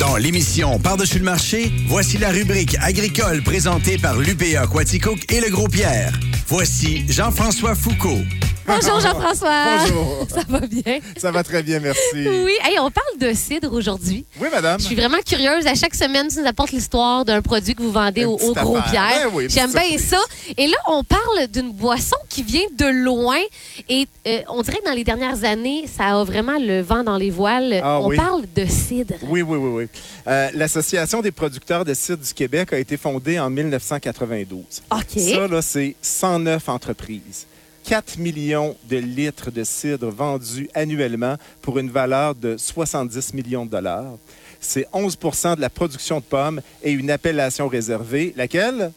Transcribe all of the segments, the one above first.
Dans l'émission Par-dessus le marché, voici la rubrique agricole présentée par l'UPA Quaticook et le Gros Pierre. Voici Jean-François Foucault. Bonjour Jean-François. Bonjour. Ça va bien? Ça va très bien, merci. Oui, hey, on parle de cidre aujourd'hui. Oui, madame. Je suis vraiment curieuse. À chaque semaine, tu nous apportes l'histoire d'un produit que vous vendez Une au, au petite Gros affaire. Pierre. Ben oui, une J'aime petite bien surprise. ça. Et là, on parle d'une boisson qui vient de loin. Et euh, on dirait que dans les dernières années, ça a vraiment le vent dans les voiles. Ah on oui. parle de cidre. Oui, oui, oui, oui. Euh, L'Association des producteurs de cidre du Québec a été fondée en 1992. OK. Ça, là, c'est 109 entreprises. 4 millions de litres de cidre vendus annuellement pour une valeur de 70 millions de dollars. C'est 11 de la production de pommes et une appellation réservée. Laquelle?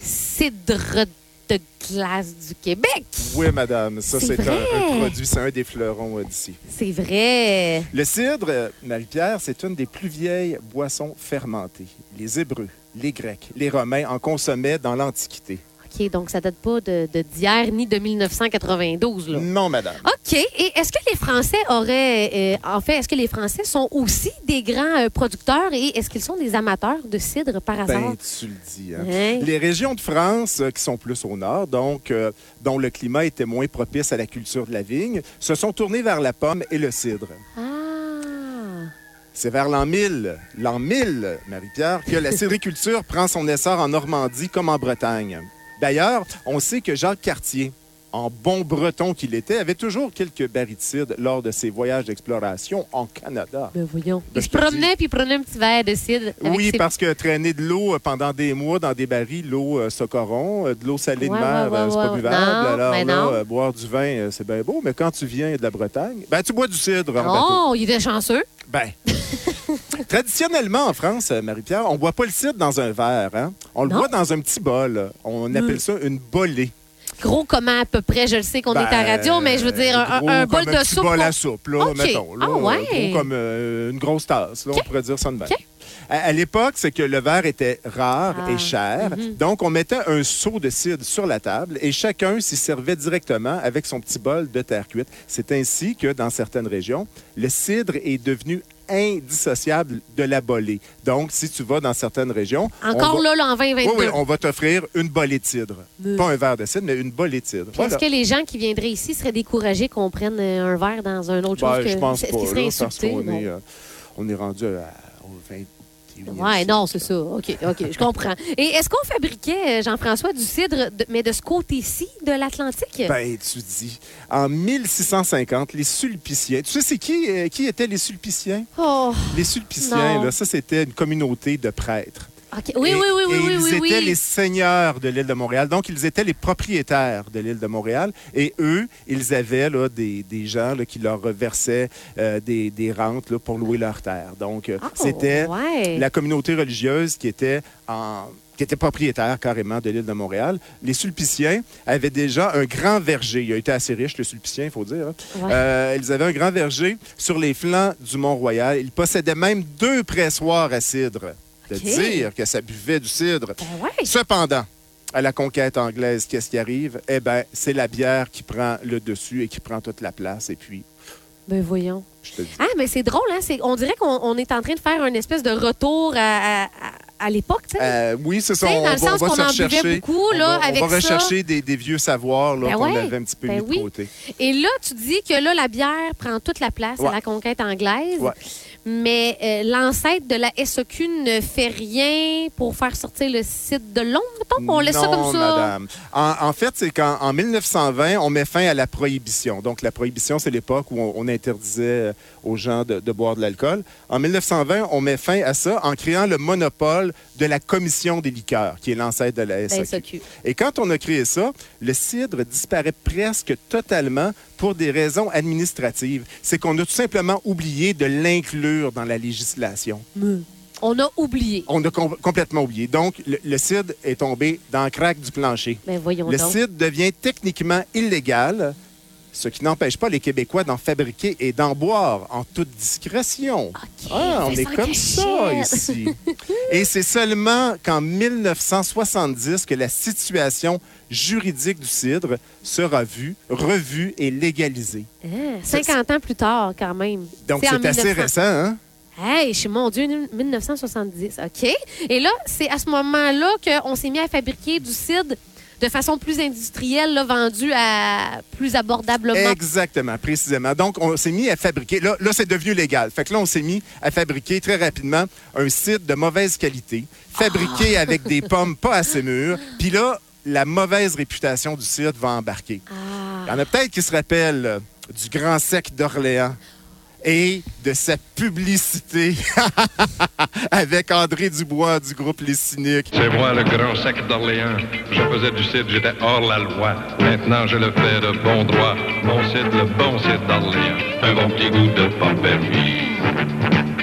Cidre de glace du Québec. Oui, madame. Ça, C'est c'est un, vrai. un produit, c'est un des fleurons euh, d'ici. C'est vrai. Le cidre, euh, Marie-Pierre, c'est une des plus vieilles boissons fermentées. Les Hébreux, les Grecs, les Romains en consommaient dans l'Antiquité. OK, donc ça date pas de de d'hier ni de 1992. Là. Non, madame. OK. Et est-ce que les Français auraient. euh, en fait, est-ce que les Français sont aussi des grands euh, producteurs et est-ce qu'ils sont des amateurs de cidre par hasard? Ben, tu le dis. hein. Hein? Les régions de France euh, qui sont plus au nord, donc euh, dont le climat était moins propice à la culture de la vigne, se sont tournées vers la pomme et le cidre. Ah. C'est vers l'an 1000, l'an 1000, Marie-Pierre, que la sériculture prend son essor en Normandie comme en Bretagne. D'ailleurs, on sait que Jacques Cartier, en bon breton qu'il était, avait toujours quelques baricides lors de ses voyages d'exploration en Canada. Ben voyons. Ben, Ils se je te dis- promenaient puis ils prenaient un petit verre de cidre. avec Oui, ses- parce que traîner de l'eau euh, pendant des mois dans des barils, l'eau euh, se corrompt, euh, de l'eau salée Ouais, de mer, ouais, euh, c'est ouais, pas ouais. buvable. Non, Alors ben là, non. euh, boire du vin, euh, c'est bien beau, mais quand tu viens de la Bretagne, ben tu bois du cidre en bateau. Oh, il était chanceux. Ben. Traditionnellement, en France, euh, Marie-Pierre, on ne boit pas le cidre dans un verre. hein. On le Non. boit dans un petit bol. On appelle ça une bolée. Gros comment à peu près, je le sais qu'on Ben, est à radio, mais je veux dire, un, gros un- un comme bol de petit soupe. bol qu'on- à soupe, là, OK. mettons. là, Ah ouais. gros comme euh, une grosse tasse, là, OK. on pourrait dire ça de même. OK. À, à l'époque, c'est que le verre était rare Ah. et cher. Donc, on mettait un seau de cidre sur la table et chacun s'y servait directement avec son petit bol de terre cuite. C'est ainsi que, dans certaines régions, le cidre est devenu indissociable de la bolée. Donc, si tu vas dans certaines régions... on Encore va- là, là, en 2022. Oui, oui, on va t'offrir une bolée de cidre. Mm. Pas un verre de cidre, mais une bolée de cidre. Puis Voilà. Est-ce que les gens qui viendraient ici seraient découragés qu'on prenne euh, un verre dans un autre Ben, chose que je pense Est-ce pas, qu'ils là, seraient parce insultés? qu'on Non. est, euh, on est rendu à- au 21e Ouais, non, c'est siècle. ça. OK, OK, je comprends. Et est-ce qu'on fabriquait, euh, Jean-François, du cidre, de- mais de ce côté-ci de l'Atlantique? Ben, tu dis. En 1650, les Sulpiciens. Tu sais, c'est qui, euh, qui étaient les Sulpiciens? Oh, Les Sulpiciens, Non. là, ça, c'était une communauté de prêtres. OK. Oui, Et- oui, oui, oui, et oui, oui, Ils oui. étaient les seigneurs de l'île de Montréal. Donc, ils étaient les propriétaires de l'île de Montréal. Et eux, ils avaient là, des, des gens là, qui leur reversaient euh, des, des rentes là, pour louer leurs terres. Donc, euh, Oh, c'était ouais. la communauté religieuse qui était en qui était propriétaire carrément de l'île de Montréal. Les Sulpiciens avaient déjà un grand verger. Il a été assez riche, le Sulpicien, il faut dire. hein. Ouais. Euh, ils avaient un grand verger sur les flancs du Mont-Royal. Ils possédaient même deux pressoirs à cidre. De OK. dire que ça buvait du cidre. Ben ouais. Cependant, à la conquête anglaise, qu'est-ce qui arrive? Eh bien, c'est la bière qui prend le dessus et qui prend toute la place. Et puis, Ben voyons. je te dis... Ah, mais c'est drôle, hein? c'est- On dirait qu'on on est en train de faire un espèce de retour à, à- à- à l'époque, tu sais. Euh, oui, c'est ça. Tu sais, On, dans le va- on sens va qu'on se en buvait rechercher. beaucoup, on là, va, on avec va ça. rechercher des, des vieux savoirs là, Ben qu'on ouais, avait un petit peu ben mis oui. de côté. Et là, tu dis que là, la bière prend toute la place à Ouais. la conquête anglaise, Ouais. mais euh, l'ancêtre de la SEQ ne fait rien pour faire sortir le site de Londres, mettons? On laisse ça Non, comme ça? madame. En, en fait, c'est qu'en en 1920, on met fin à la prohibition. Donc, la prohibition, c'est l'époque où on, on interdisait euh, aux gens de, de boire de l'alcool. En 1920, on met fin à ça en créant le monopole de la commission des liqueurs, qui est l'ancêtre de la Ben, SAQ. ça cue. Et quand on a créé ça, le cidre disparaît presque totalement pour des raisons administratives. C'est qu'on a tout simplement oublié de l'inclure dans la législation. Hmm. On a oublié. On a com- complètement oublié. Donc, le, le cidre est tombé dans le crack du plancher. Ben voyons Le donc. cidre devient techniquement illégal, ce qui n'empêche pas les Québécois d'en fabriquer et d'en boire en toute discrétion. OK, Ah, on fais est ça en comme ça cachette. ici. Et c'est seulement qu'en 1970 que la situation juridique du cidre sera vue, revue et légalisée. Ah, 50 ans plus tard, quand même. Donc C'est en c'est assez 1900. récent, hein? Hey, je suis mon Dieu, 1970. OK. Et là, c'est à ce moment-là qu'on s'est mis à fabriquer du cidre de façon plus industrielle, là, vendu à plus abordablement. Exactement, précisément. Donc, on s'est mis à fabriquer. Là, là c'est devenu légal. Fait que là, on s'est mis à fabriquer très rapidement un cidre de mauvaise qualité, fabriqué Ah! avec des pommes pas assez mûres. Puis là, la mauvaise réputation du cidre va embarquer. Il Ah. y en a peut-être qui se rappellent euh, du Grand Sec d'Orléans et de sa publicité avec André Dubois du groupe Les Cyniques. C'est moi, le grand sac d'Orléans. Je faisais du cidre, j'étais hors la loi. Maintenant, je le fais de bon droit. Mon cidre, le bon cidre d'Orléans. Un bon petit goût de pas permis.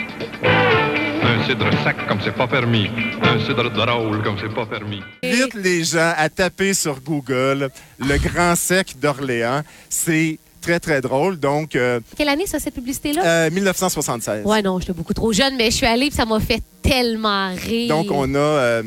Un cidre sac comme c'est pas permis. Un cidre drôle comme c'est pas permis. J'invite les gens à taper sur Google le Grand Sec d'Orléans. C'est très, très drôle. Donc, euh, Quelle année, ça, cette publicité-là? euh, 1976. Ouais, non, j'étais beaucoup trop jeune, mais je suis allée puis ça m'a fait tellement rire. Donc, on a euh,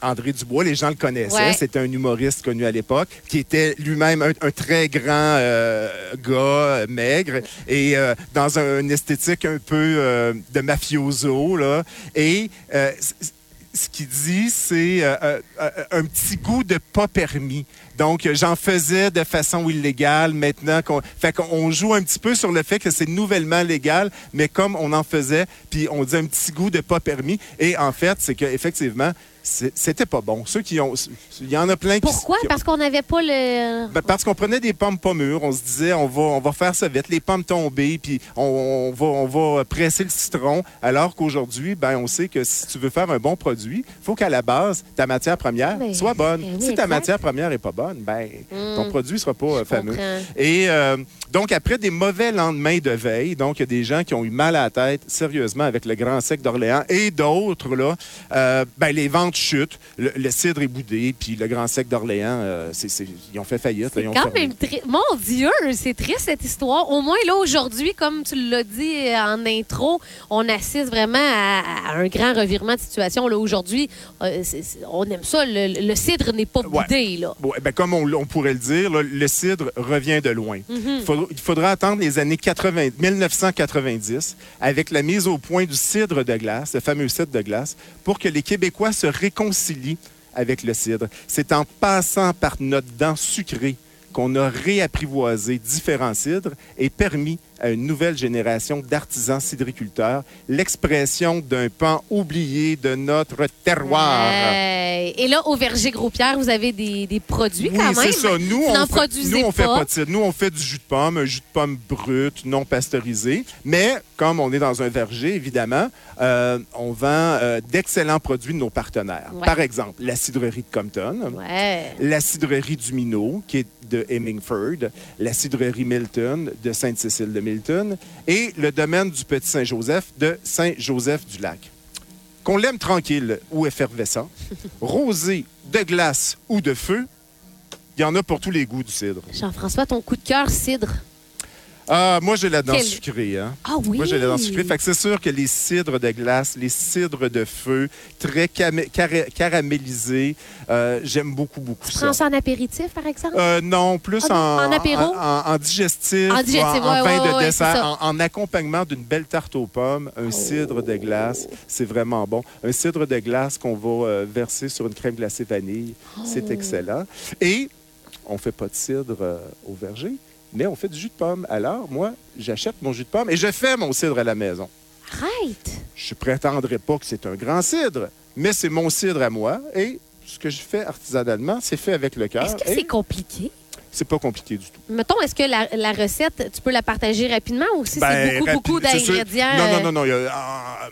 André Dubois, les gens le connaissaient. Ouais. C'était un humoriste connu à l'époque, qui était lui-même un, un très grand euh, gars euh, maigre et euh, dans un, une esthétique un peu euh, de mafioso. Là. Et euh, c- c- ce qu'il dit, c'est euh, euh, euh, un petit goût de pas permis. Donc, euh, j'en faisais de façon illégale maintenant. Qu'on... Fait qu'on joue un petit peu sur le fait que c'est nouvellement légal, mais comme on en faisait, puis on dit un petit goût de pas permis. Et en fait, c'est qu'effectivement, c'était pas bon. Ceux qui ont. Il y en a plein qui. Pourquoi? qui ont- Parce qu'on n'avait pas le. ben, parce qu'on prenait des pommes pas mûres, on se disait on va, on va faire ça vite, les pommes tombées, puis on, on va, on va presser le citron. Alors qu'aujourd'hui, ben, on sait que si tu veux faire un bon produit, il faut qu'à la base, ta matière première Ben, soit bonne. ben oui, si ta exact. Hmm. matière première n'est pas bonne, ben, ton produit ne sera pas euh, fameux. comprends. Et euh, donc, après des mauvais lendemains de veille, donc, il y a des gens qui ont eu mal à la tête, sérieusement, avec le Grand Sec d'Orléans et d'autres, là, euh, ben, les ventes chutent, le, le cidre est boudé, puis le Grand Sec d'Orléans, euh, c'est- c'est- ils ont fait faillite. là, ils ont Quand fermé. même tri- Mon Dieu, c'est triste cette histoire. Au moins, là, aujourd'hui, comme tu l'as dit euh, en intro, on assiste vraiment à, à un grand revirement de situation. Là, aujourd'hui, euh, c'est- c'est- on aime ça. Le, le cidre n'est pas Ouais. boudé, là. Bon, eh ben, comme on, on pourrait le dire, là, le cidre revient de loin. Il faudra- il faudra attendre les années 80, 1990 avec la mise au point du cidre de glace, le fameux cidre de glace, pour que les Québécois se réconcilient avec le cidre. C'est en passant par notre dent sucrée qu'on a réapprivoisé différents cidres et permis à une nouvelle génération d'artisans cidriculteurs l'expression d'un pan oublié de notre terroir. Euh, et là, au verger Gros-Pierre, vous avez des, des produits quand Oui, même. c'est ça. Nous, Vous n'en on, fait, produisez nous on fait pas. pas de cidre. Nous, on fait du jus de pomme, un jus de pomme brut, non pasteurisé. Mais comme on est dans un verger, évidemment, euh, on vend euh, d'excellents produits de nos partenaires. Ouais. Par exemple, la cidrerie de Compton. Ouais. La cidrerie du Minot, qui est de Hemingford, la cidrerie Milton de Sainte-Cécile de Milton et le domaine du Petit Saint-Joseph de Saint-Joseph-du-Lac. Qu'on l'aime tranquille ou effervescent, rosé, de glace ou de feu, il y en a pour tous les goûts du cidre. Jean-François, ton coup de cœur cidre. Ah, moi, j'ai la dent Quel- sucrée. Hein? Ah oui! Moi, j'ai la dent sucrée. Fait que c'est sûr que les cidres de glace, les cidres de feu, très camé- cara- caramélisés, euh, j'aime beaucoup, beaucoup ça. Prends ça en apéritif, par exemple. Euh, non, plus Ah, non, en, en apéro? en- en- en digestif, En digestif, en, en ouais, pain ouais, de ouais, c'est dessert, ça. Oh. en, en accompagnement d'une belle tarte aux pommes, un cidre de glace, c'est vraiment bon. Un cidre de glace qu'on va euh, verser sur une crème glacée vanille, Oh. c'est excellent. Et on fait pas de cidre euh, au verger, mais on fait du jus de pomme. Alors, moi, j'achète mon jus de pomme et je fais mon cidre à la maison. Arrête! Je prétendrai pas que c'est un grand cidre, mais c'est mon cidre à moi et ce que je fais artisanalement, c'est fait avec le cœur. Est-ce que et c'est compliqué? c'est pas compliqué du tout. Mettons, est-ce que la, la recette, tu peux la partager rapidement ou si Ben, c'est beaucoup, rapide, beaucoup c'est sûr. d'ingrédients? Non, non, euh, non, non. il y a- ah,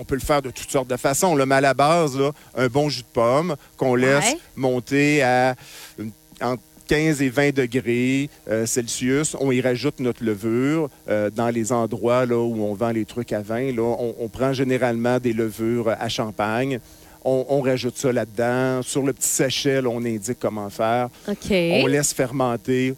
on peut le faire de toutes sortes de façons. Le mais à la base, là, un bon jus de pomme qu'on laisse Ouais. monter à une- entre 15 et 20 degrés euh, Celsius. On y rajoute notre levure. euh, dans les endroits là, où on vend les trucs à vin, là, on, on prend généralement des levures à champagne. On, on rajoute ça là-dedans. Sur le petit sachet, là, on indique comment faire. euh, OK. On laisse fermenter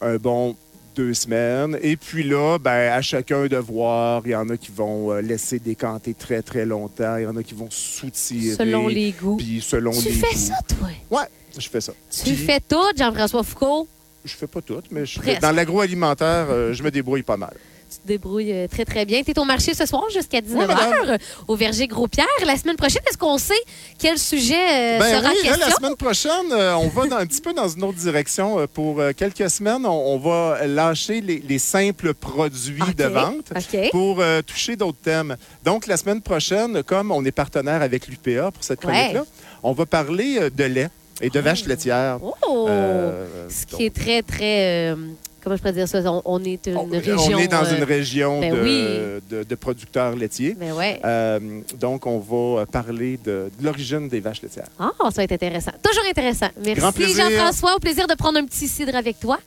un bon deux semaines. Et puis là, ben, à chacun de voir. Il y en a qui vont euh, laisser décanter très, très longtemps. Il y en a qui vont soutirer. Selon les goûts. Puis selon Tu les fais goûts. ça, toi? Ouais, je fais ça. Tu Puis, fais tout, Jean-François Foucault? Je fais pas tout, mais je fais- Presque. dans l'agroalimentaire, euh, je me débrouille pas mal. Tu te débrouilles euh, très, très bien. Tu es au marché ce soir jusqu'à 19h madame. au Verger Gros-Pierre. La semaine prochaine, est-ce qu'on sait quel sujet euh, Ben sera oui, là, question? la semaine prochaine, euh, on va dans- un petit peu dans une autre direction. Euh, Pour euh, quelques semaines, on, on va lâcher les, les simples produits OK, de vente OK. pour euh, toucher d'autres thèmes. Donc, la semaine prochaine, comme on est partenaire avec l'UPA pour cette Ouais. Ah. chronique-là, on va parler euh, de lait et de vaches laitières. Oh! Euh, Ce donc, qui est très, très. euh, comment je pourrais dire ça? On, on est une on, région. on est dans euh, une région ben de, oui. de- de producteurs laitiers. Ben ouais. Euh, donc, on va parler de- de l'origine des vaches laitières. Ah, ça va être intéressant. Toujours intéressant. Merci plaisir. Jean-François. Au plaisir de prendre un petit cidre avec toi.